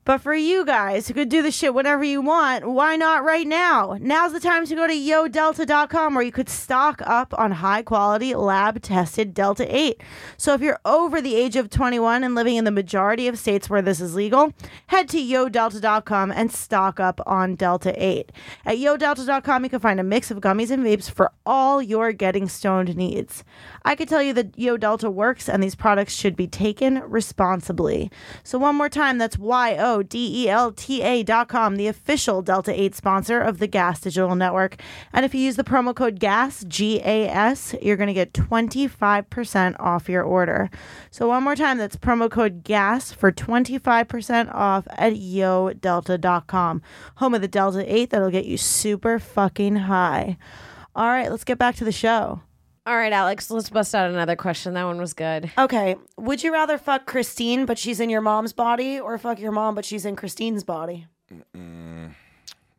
But for you guys who could do the shit whenever you want, why not right now? Now's the time to go to yodelta.com where you could stock up on high quality lab tested Delta 8. So if you're over the age of 21 and living in the majority of states where this is legal, head to yodelta.com and stock up on Delta 8. At yodelta.com, you can find a mix of gummies and vapes for all your getting stoned needs. I could tell you that Yo Delta works and these products should be taken responsibly. So, one more time, that's Y O D E L T A dot com, the official Delta 8 sponsor of the Gas Digital Network. And if you use the promo code GAS, G A S, you're going to get 25% off your order. So, one more time, that's promo code GAS for 25% off at yodelta.com, home of the Delta 8 that'll get you super fucking high. All right, let's get back to the show. All right, Alex, let's bust out another question. That one was good. Okay. Would you rather fuck Christine, but she's in your mom's body, or fuck your mom, but she's in Christine's body?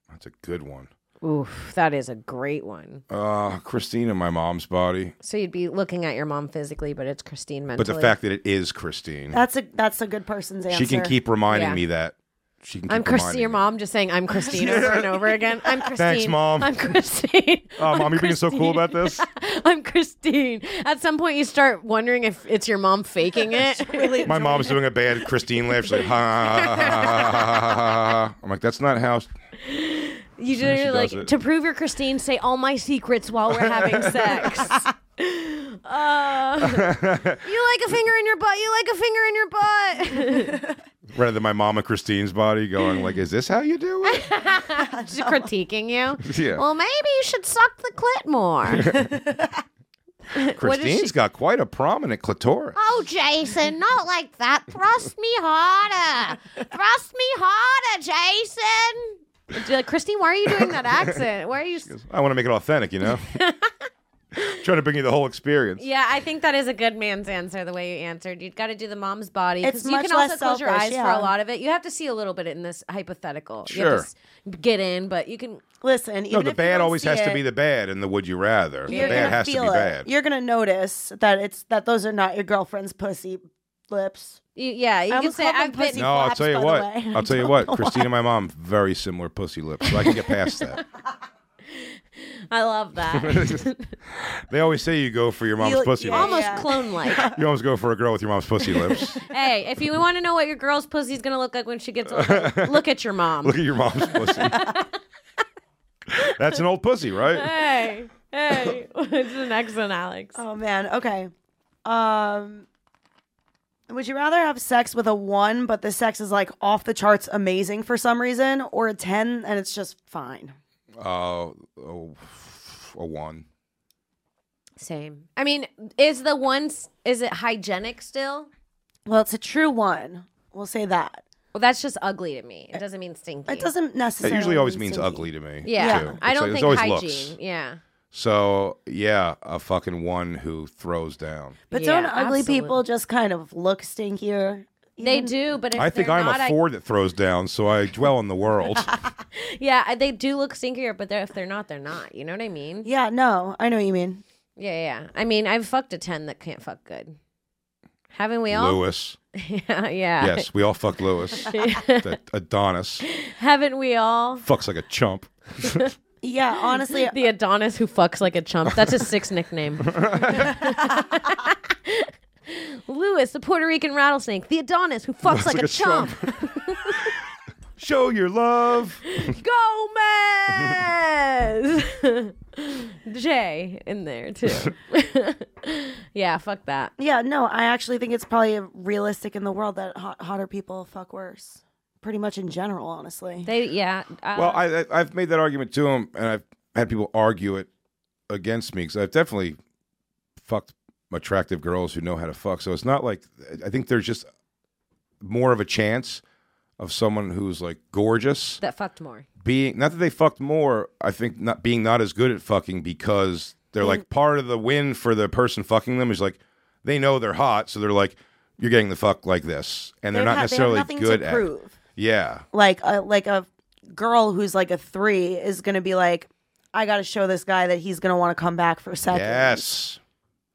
That's a good one. Oof, that is a great one. Uh, Christine in my mom's body, So you'd be looking at your mom physically, but it's Christine mentally. but the fact that it is Christine, That's a that's a good person's answer. she can keep reminding Yeah. me that. She can. Keep I'm Christine. reminding Your me. mom just saying I'm Christine over and over again. I'm Christine. Mom. I'm Christine. Oh, I'm mom, you're being so cool Christine. about this. I'm Christine. At some point, you start wondering if it's your mom faking it. really? My mom's doing a bad Christine laugh. She's like, ha, ha, ha, ha, ha, ha, ha, ha. I'm like, that's not how. You do you're does like it. to prove you're Christine. Say all my secrets while we're having sex. Uh, you like a finger in your butt. You like a finger in your butt. Rather than my mom and Christine's body going, like, is this how you do it? Just critiquing you. Yeah. Well, maybe you should suck the clit more. Christine's she- got quite a prominent clitoris. oh, Jason, not like that. Thrust me harder. Thrust me harder, Jason. I'd be like, Christine, why are you doing that accent? Why are you? I want to make it authentic, you know? Trying to bring you the whole experience. Yeah, I think that is a good man's answer. The way you answered, you've got to do the mom's body. 'cause It's you much can less also close your selfish, eyes yeah. for a lot of it. You have to see a little bit in this hypothetical. You have to s- get in, but you can. Listen, No, even the if you bad don't always see has to it, be the bad in the would you rather. The You're bad gonna has to be feel it. bad. You're gonna notice that it's that those are not your girlfriend's pussy lips. You, yeah, you I can almost say called them I've been. pussy no, I'll flaps, tell you by the what. way. I'll tell you what. Christine and my mom, very similar pussy lips. So I can get past that. I love that. They always say you go for your mom's You- pussy yeah. lips. Almost clone like. You always go for a girl with your mom's pussy lips. hey, if you want to know what your girl's pussy's gonna look like when she gets older, look at your mom. Look at your mom's pussy. That's an old pussy, right? Hey, hey, what's the next one, Alex? Oh man. Okay. Um. Would you rather have sex with a one, but the sex is like off the charts amazing for some reason, or a ten and it's just fine? Uh, oh, a one. Same. I mean, is the one? s- Is it hygienic still? Well, it's a true one. We'll say that. Well, that's just ugly to me. It doesn't mean stinky. It doesn't It necessarily. usually always mean means stinky. ugly to me. Yeah, too. I It's don't like- it's think always hygiene. looks. Yeah, So yeah, a fucking one who throws down. But Yeah, don't ugly absolutely. people just kind of look stinkier? they do. But if I think they're I'm not, a four that throws down, so I dwell on the world. I, yeah, I- they do look stinkier. But they're, if they're not, they're not. You know what I mean? Yeah. Yeah, no, I know what you mean. yeah, yeah. I mean, I've fucked a ten that can't fuck good. Haven't we all? Lewis, yeah, yeah. yes, we all fuck Lewis. That Adonis Haven't we all? fucks like a chump. Yeah, honestly, The Adonis who fucks like a chump. That's his six nickname. Lewis, the Puerto Rican rattlesnake. The Adonis who fucks like, like a, a chump. chump. Show your love. Gomez. Jay in there too. yeah, fuck that. yeah, no, I actually think it's probably realistic in the world that hot, hotter people fuck worse. Pretty much in general, honestly. They yeah. Uh, Well, I, I, I've made that argument to him, and I've had people argue it against me because I've definitely fucked attractive girls who know how to fuck. So it's not like I think there's just more of a chance of someone who's like gorgeous that fucked more. being not that they fucked more. I think not being not as good at fucking because they're Mm. like part of the win for the person fucking them is like they know they're hot, so they're like you're getting the fuck like this, and they're, They're not not- they have necessarily nothing to good at. it. prove. Yeah. Like a like a girl who's like a three is gonna be like, I gotta show this guy that he's gonna want to come back for seconds. Yes.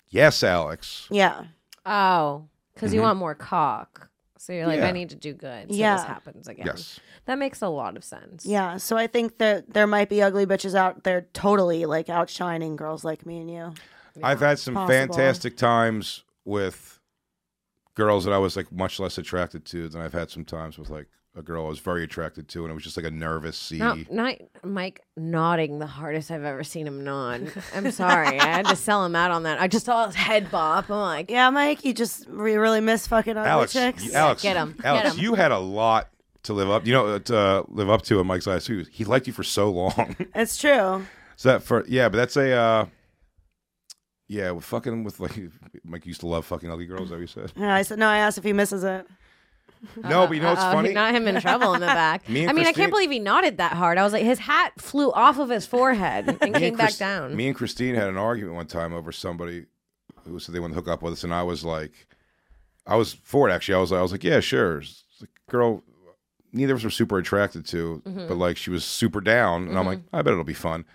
Yes, Alex. Yeah. Oh, because you want more cock. So you're like, Mm-hmm. Yeah. I need to do good. So Yeah. this happens again. Yes. That makes a lot of sense. Yeah, so I think that there might be ugly bitches out there totally like outshining girls like me and you. I've had some Possible. fantastic times with girls that I was like much less attracted to than I've had some times with like a girl I was very attracted to, and it was just like a nervous C. Not, not Mike nodding the hardest I've ever seen him nod. I'm sorry. I had to sell him out on that. I just saw his head bop. I'm like, Yeah, Mike, you just re- really miss fucking ugly Alex, chicks. you- Alex, Get 'em. Get Alex, 'em. you had a lot to live up. You know, uh, to uh, live up to in Mike's eyes. He, was- he liked you for so long. It's true. so that for yeah, but that's a uh, yeah. With fucking with like Mike used to love fucking ugly girls. Is that what you said? Yeah, I said no. I asked if he misses it. no, but you know what's uh-oh, funny? Uh, Not um, him in trouble in the back. Me and I mean, I Christine- can't believe he nodded that hard. I was like, his hat flew off of his forehead and Me came and back Chris- down. Me and Christine had an argument one time over somebody who said they wanted to hook up with us, and I was like, I was for it actually. I was, I was like, yeah, sure. It's like, girl, neither of us were super attracted to, but like she was super down, and I'm like, I bet it'll be fun.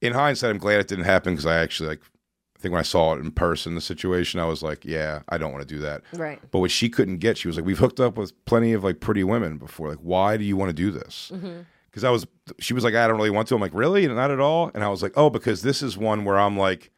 In hindsight, I'm glad it didn't happen because I actually like. I think when I saw it in person, the situation, I was like, yeah, I don't want to do that. Right. But what she couldn't get, she was like, we've hooked up with plenty of like pretty women before. Like, why do you want to do this? because I was, she was like, I don't really want to. I'm like, really? Not at all. And I was like, oh, because this is one where I'm like,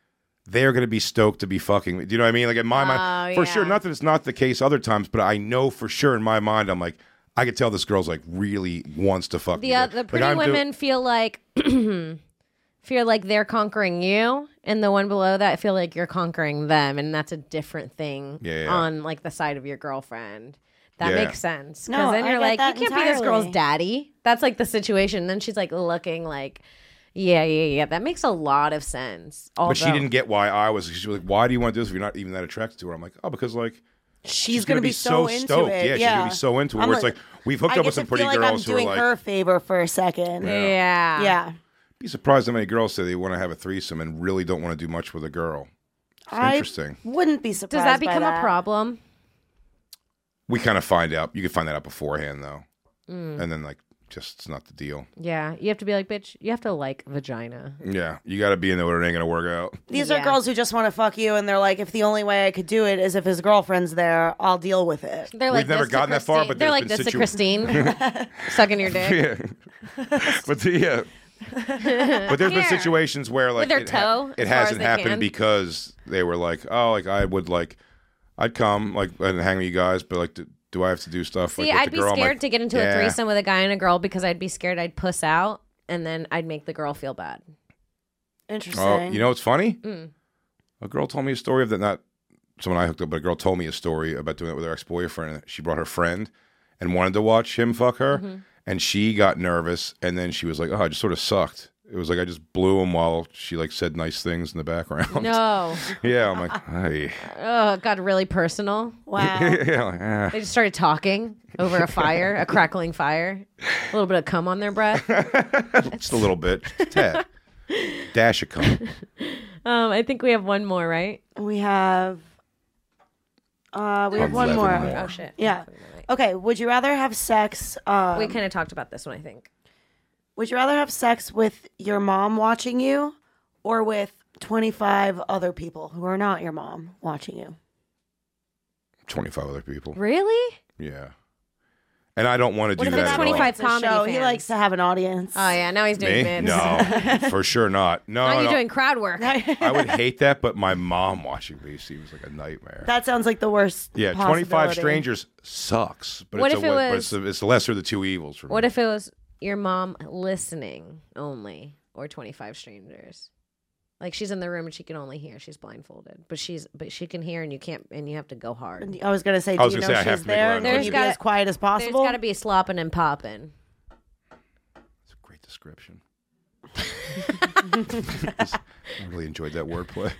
they're going to be stoked to be fucking. me. Do you know what I mean? Like in my mind, Oh, for yeah. sure. Not that it's not the case other times, but I know for sure in my mind, I'm like, I could tell this girl's like really wants to fuck me. The, uh, Like, the pretty I'm do- women feel like feel like they're conquering you, and the one below that feel like you're conquering them, and that's a different thing Yeah, yeah. on like the side of your girlfriend. That Yeah. makes sense. Because No, then I you're get like, that you can't be this girl's entirely. daddy. That's like the situation. then she's like looking like, yeah, yeah, yeah. That makes a lot of sense. Although, but she didn't get why I was. She was like, why do you want to do this if you're not even that attracted to her? I'm like, oh, because like. She's, gonna, be, so, into stoked. it. Yeah, she's gonna be so into it. I'm where it's like we've hooked I up get with some to pretty feel girls like I'm who are doing like, her a favor for a second. Yeah. Yeah. be surprised how many girls say they want to have a threesome and really don't want to do much with a girl. It's I interesting. wouldn't be Does surprised. that by become a problem? we kind of find out. You can find that out beforehand, though, Mm. and then like just it's not the deal. Yeah. You have to be like, bitch, you have to like vagina. Yeah, you got to be in there. Or it ain't gonna work out. These Yeah. are girls who just want to fuck you, and they're like, if the only way I could do it is if his girlfriend's there, I'll deal with it. They're We've never this to gotten that far, Christine- but they're there's like been this to situa- Christine, sucking your dick but the, yeah. but there's been situations where like With their it, ha- toe, it as far as hasn't they happened can. because they were like, oh, like I would like, I'd come like and hang with you guys, but like, do, do I have to do stuff? See, like, with I'd the be girl? I'm scared like, to get into yeah. a threesome with a guy and a girl because I'd be scared I'd puss out and then I'd make the girl feel bad. Interesting. Oh, you know what's funny? Mm. A girl told me a story of that. Not someone I hooked up, but a girl told me a story about doing it with her ex boyfriend. She brought her friend and wanted to watch him fuck her, Mm-hmm. and she got nervous. And then she was like, "Oh, I just sort of sucked." It was like I just blew him while she like said nice things in the background. No. yeah, I'm like, hey. oh, it got really personal. wow. yeah, like, ah. They just started talking over a fire, a crackling fire, a little bit of cum on their breath. just a little bit, just a tad, dash a cum. Um, I think we have one more, right? We have. Uh, we have one 11 more. more. Oh, shit. Yeah. Okay. Would you rather have sex? Um, We kind of talked about this one, I think. would you rather have sex with your mom watching you, or with twenty five other people who are not your mom watching you? Twenty five other people. Really? Yeah, and I don't want to What do if that. it's at all. 25 It's a comedy show. He fans. likes to have an audience. Oh, yeah. Now he's doing Me? bibs. No, for sure not. No, Now no. you're doing crowd work. I would hate that, but my mom watching me seems like a nightmare. That sounds like the worst. yeah, 25 possibility. strangers sucks, but, What it's, if a, it but was- it's, a, it's the lesser of the two evils for me. What if it was your mom listening only or 25 strangers? Like she's in the room and she can only hear. She's blindfolded, but she's but she can hear and you can't and you have to go hard. I was gonna say, do I was you know gonna say I have she's to make there? loud and Can noises. you be There's as quiet There's as possible? got to be slopping and popping. It's a great description. I really enjoyed that wordplay.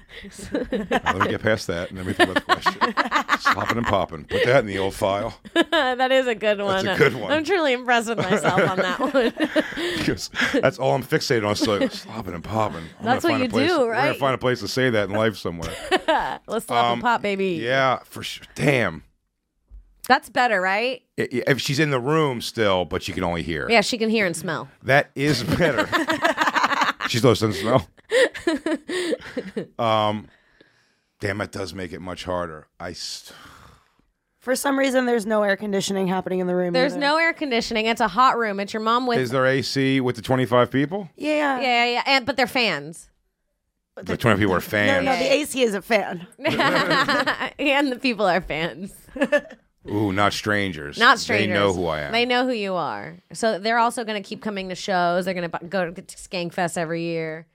Now, let me get past that and then we think about the question. Slopping and popping. Put that in the old file. that is a good one. a good one. I'm truly impressed with myself on that one. Because that's all I'm fixated on. So like, slopping and popping. I'm gonna That's what find a you place- do, We're going right? to find a place to say that in life somewhere. Let's slop and pop, baby. Um, yeah, for sure. Damn. That's better, right? I- I- If she's in the room still, but you can only hear. Yeah, she can hear and smell. That is better. She's low sense of smell. um, damn, that does make it much harder. I. s- For some reason, there's no air conditioning happening in the room. There's either. no air conditioning. It's a hot room. It's your mom with Is there AC with the 25 people? Yeah. yeah, yeah, yeah. And, but they're fans. The 20 people are No, fans. no, the AC is a fan. and the people are fans. Ooh, not strangers. Not strangers. They know who I am. They know who you are. So they're also going to keep coming to shows. They're going to go to Skankfest every year.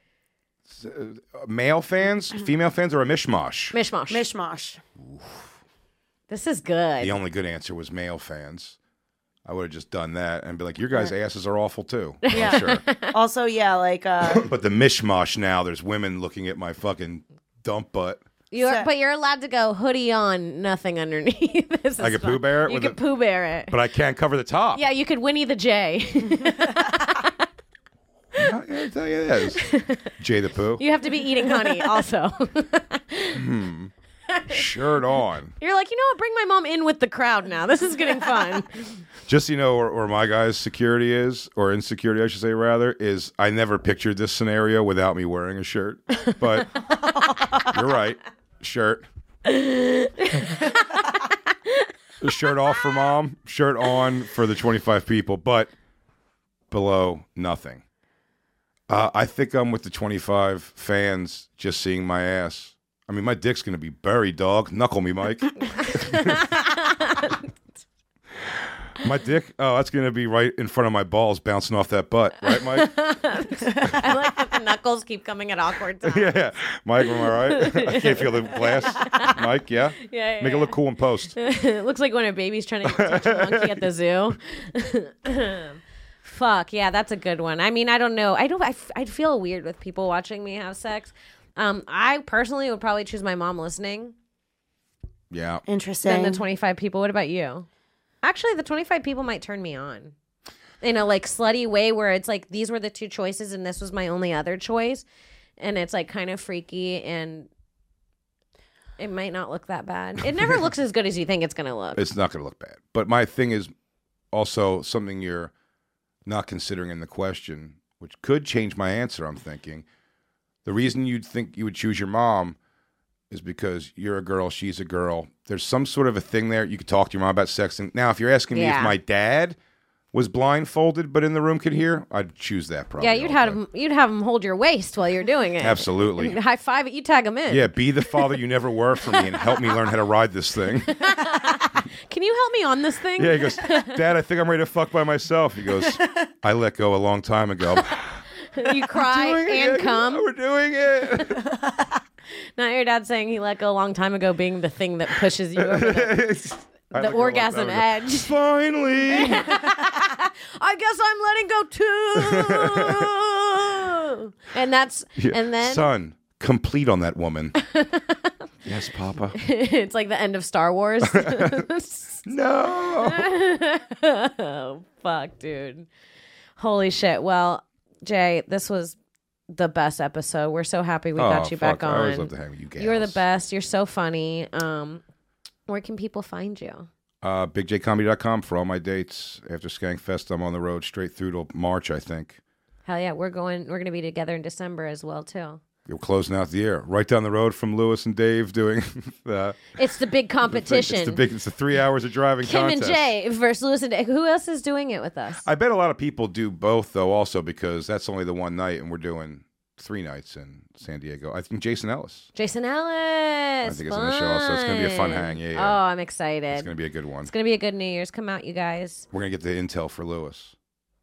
Uh, Male fans, female fans, or a mishmash? Mishmash. Mishmash. this is good. The only good answer was male fans. I would have just done that and be like, your guys' asses are awful too. I'm sure. Also, yeah, like uh, but the mishmash now, there's women looking at my fucking dump butt. You are, Set. but you're allowed to go hoodie on, nothing underneath. this Like is a Pooh fun. Bear You with could a- Pooh Bear it. But I can't cover the top. yeah, you could Winnie the J. I gotta tell you this. Jay the Pooh, you have to be eating honey also. shirt on. you're like, you know what? Bring my mom in with the crowd now. This is getting fun. Just so you know where, where my guy's security is, or insecurity, I should say, rather, is I never pictured this scenario without me wearing a shirt. But you're right. Shirt. The shirt off for mom, shirt on for the 25 people, but below nothing. Uh, I think I'm with the 25 fans just seeing my ass. I mean, my dick's going to be buried, dog. Knuckle me, Mike. My dick, oh, that's gonna be right in front of my balls, bouncing off that butt, right, Mike? I like that the knuckles keep coming at awkward times. yeah, yeah. Mike, am I right? I can't feel the glass, Mike. Yeah, Yeah, yeah, Make it look cool in post. it looks like when a baby's trying to touch a monkey at the zoo. Fuck yeah, that's a good one. I mean, I don't know. I don't. I, f- I feel weird with people watching me have sex. Um, I personally would probably choose my mom listening Yeah, interesting. than the twenty five people. What about you? Actually, the twenty five people might turn me on in a like slutty way where it's like these were the two choices and this was my only other choice, and it's like kind of freaky and. It might not look that bad. It never looks as good as you think it's gonna look. it's not gonna look bad. But my thing is also something you're not considering in the question, which could change my answer. I'm thinking the reason you'd think you would choose your mom is because you're a girl, she's a girl. There's some sort of a thing there. You could talk to your mom about sex. And now, if you're asking me Yeah. if my dad was blindfolded but in the room could hear, I'd choose that probably. Yeah, you'd all have day. him. You'd have him hold your waist while you're doing it. Absolutely. High five it. You tag him in. Yeah, be the father you never were for me and help me learn how to ride this thing. Can you help me on this thing? Yeah, he goes, Dad, I think I'm ready to fuck by myself. He goes, I let go a long time ago. You cry Doing it and again. come. We're doing it. Not your dad saying he let go a long time ago, being the thing that pushes you over the, the I let go a long orgasm time ago. edge. Finally. I guess I'm letting go too. and that's and then son, complete on that woman. yes, Papa. it's like the end of Star Wars. No. oh fuck, dude. Holy shit. Well, Jay, this was the best episode. We're so happy we got you back on. Oh, I always love to hang with you guys. You're the best. You're so funny. Um, where can people find you? Uh, BigJComedy.com for all my dates. After Skankfest, I'm on the road straight through to March, I think. Hell yeah, we're going. We're gonna be together in December as well too. We're closing out the year. Right down the road from Lewis and Dave doing the It's the big competition. It's the big. It's the three hours of driving. Kim contest. and Jay versus Lewis and Dave. Who else is doing it with us? I bet a lot of people do both though, also because that's only the one night, and we're doing three nights in San Diego. I think Jason Ellis. Jason Ellis. I think it's on the show also. It's gonna be a fun hang, yeah, yeah. Oh, I'm excited. It's gonna be a good one. It's gonna be a good New Year's. Come out, you guys. We're gonna get the intel for Lewis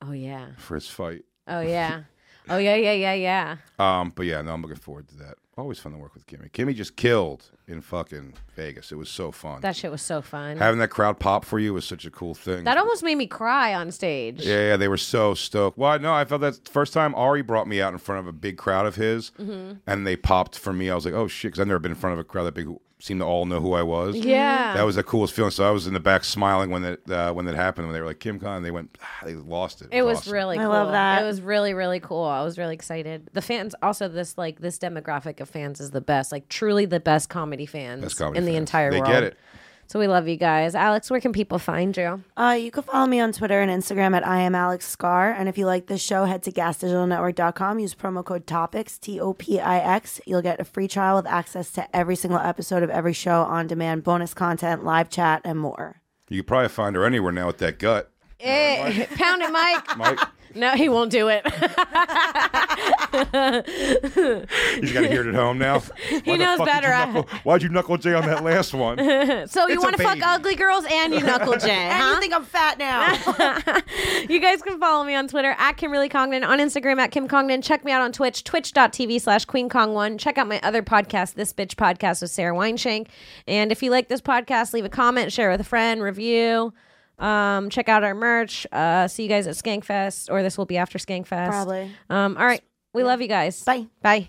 Oh yeah. for his fight. Oh yeah. oh yeah. Yeah yeah yeah. Um, but yeah, no, I'm looking forward to that. Always fun to work with Kimmy. Kimmy just killed in fucking Vegas. It was so fun. That shit was so fun. Having that crowd pop for you was such a cool thing. that almost made me cry on stage. Yeah, yeah, they were so stoked. Well, no, I felt that the first time Ari brought me out in front of a big crowd of his, Mm-hmm. and they popped for me. I was like, oh shit, because I've never been in front of a crowd that big. who Seemed to all know who I was. Yeah. Mm-hmm. that was the coolest feeling. So I was in the back smiling when that uh, when that happened. When they were like Kim Khan, they went, ah, they lost it. It was awesome. really I cool. love that. It was really, really cool. I was really excited. The fans also this like this demographic of fans is the best, like truly the best comedy fans Best comedy in the fans. entire They world. get it. So we love you guys. Alex, where can people find you? Uh, you can follow me on Twitter and Instagram at I am Alex Scar. And if you like this show, head to gasdigitalnetwork.com. Use promo code TOPICS, T O P I X. You'll get a free trial with access to every single episode of every show on demand, bonus content, live chat, and more. You could probably find her anywhere now with that gut. Eh, pound it, Mike. Mike, No, he won't do it. you got to hear it at home now. Why the knows fuck did better. you knuckle- why'd you knuckle J on that last one? so you It's a want to fuck baby. ugly girls and you knuckle J, And huh? you think I'm fat now. you guys can follow me on Twitter at Kimberly Congdon, on Instagram at Kim Congdon. Check me out on Twitch, twitch.tv slash Queen Kong1. Check out my other podcast, This Bitch Podcast with Sarah Weinshank. And if you like this podcast, leave a comment, share with a friend, review. Um, check out our merch. Uh, see you guys at Skankfest, or this will be after Skankfest. Probably. Um, all right. We love you guys. Bye. Bye.